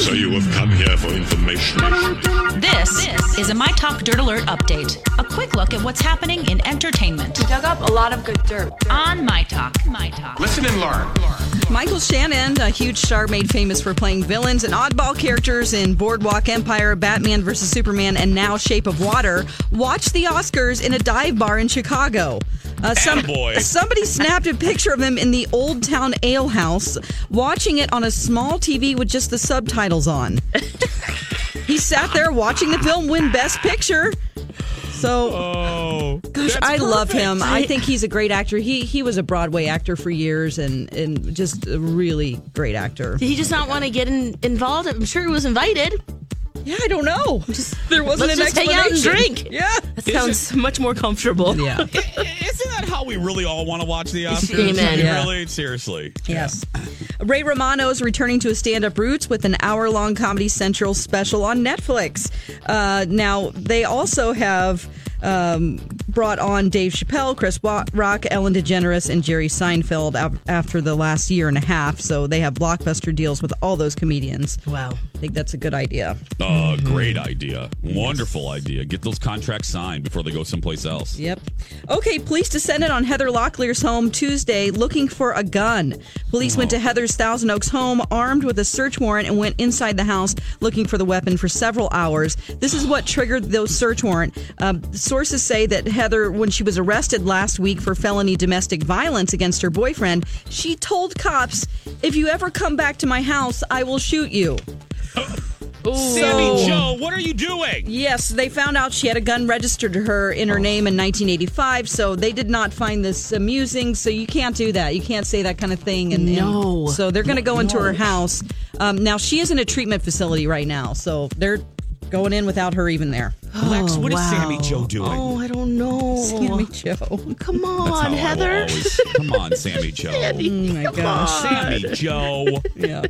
So you have come here for information. This is a My Talk Dirt Alert update. A quick look at what's happening in entertainment We dug up a lot of good dirt. on My Talk. My Talk. Listen and learn. Michael Shannon, a huge star made famous for playing villains and oddball characters in Boardwalk Empire, Batman vs. Superman, and now Shape of Water, watched the Oscars in a dive bar in Chicago. Uh, some, Attaboy. somebody snapped a picture of him in the Old Town Ale House, watching it on a small TV with just the subtitles on. he sat there watching the film win Best Picture. So Oh, Gosh, I love him. I think he's a great actor. He he was a Broadway actor for years and and just a really great actor. Did he just not want to get in, involved? I'm sure he was invited. Yeah, I don't know. there wasn't let's an just hang out and explanation. drink. Yeah. That sounds much more comfortable. Yeah. isn't that how we really all want to watch the Oscars? Amen. I mean, Yeah. Really, seriously. Yes. Ray Romano is returning to his stand up roots with an hour long Comedy Central special on Netflix. Uh, now, they also have um, brought on Dave Chappelle, Chris Wa- Rock, Ellen DeGeneres, and Jerry Seinfeld af- after the last year and a half. So they have blockbuster deals with all those comedians. Wow. I think that's a good idea. Uh, great idea. Wonderful idea. Get those contracts signed before they go someplace else. Yep. Okay, police descended on Heather Locklear's home Tuesday looking for a gun. Police went to Heather's Thousand Oaks home armed with a search warrant and went inside the house looking for the weapon for several hours. This is what triggered those search warrant. Um, sources say that Heather, when she was arrested last week for felony domestic violence against her boyfriend, she told cops, "If you ever come back to my house, I will shoot you." Sammy Joe, what are you doing? Yes, they found out she had a gun registered to her in her name in 1985, so they did not find this amusing. So you can't do that. You can't say that kind of thing. And, and No. so they're going to go into her house. Um, now she is in a treatment facility right now, so they're going in without her even there. Lex, what is Oh, wow. Sammy Joe doing? Oh, I don't know. Sammy Joe. Come That's on, how I Heather. always- come on, Sammy Joe. Oh my gosh. Sammy Joe. Yeah.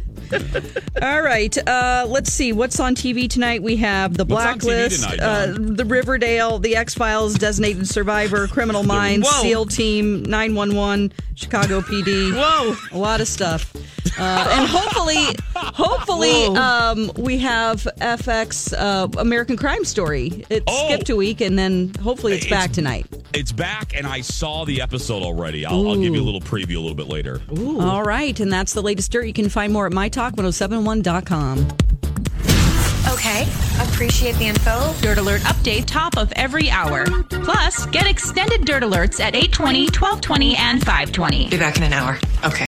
All right. Uh, let's see what's on TV tonight. We have The What's on TV Blacklist, tonight, uh, Dawn? The Riverdale, The X Files, Designated Survivor, Criminal Minds, Whoa. SEAL Team, 911, Chicago PD. Whoa. A lot of stuff. Uh, and hopefully, hopefully, Whoa. um, we have FX uh, American Crime Story. It Oh. skipped a week, and then hopefully it's, It's- back tonight. It's back, and I saw the episode already. I'll, I'll give you a little preview a little bit later. All right, and that's the latest dirt. You can find more at mytalk1071.com. Okay, appreciate the info. Dirt Alert update top of every hour. Plus, get extended Dirt Alerts at 820, 1220, and 520. Be back in an hour. Okay.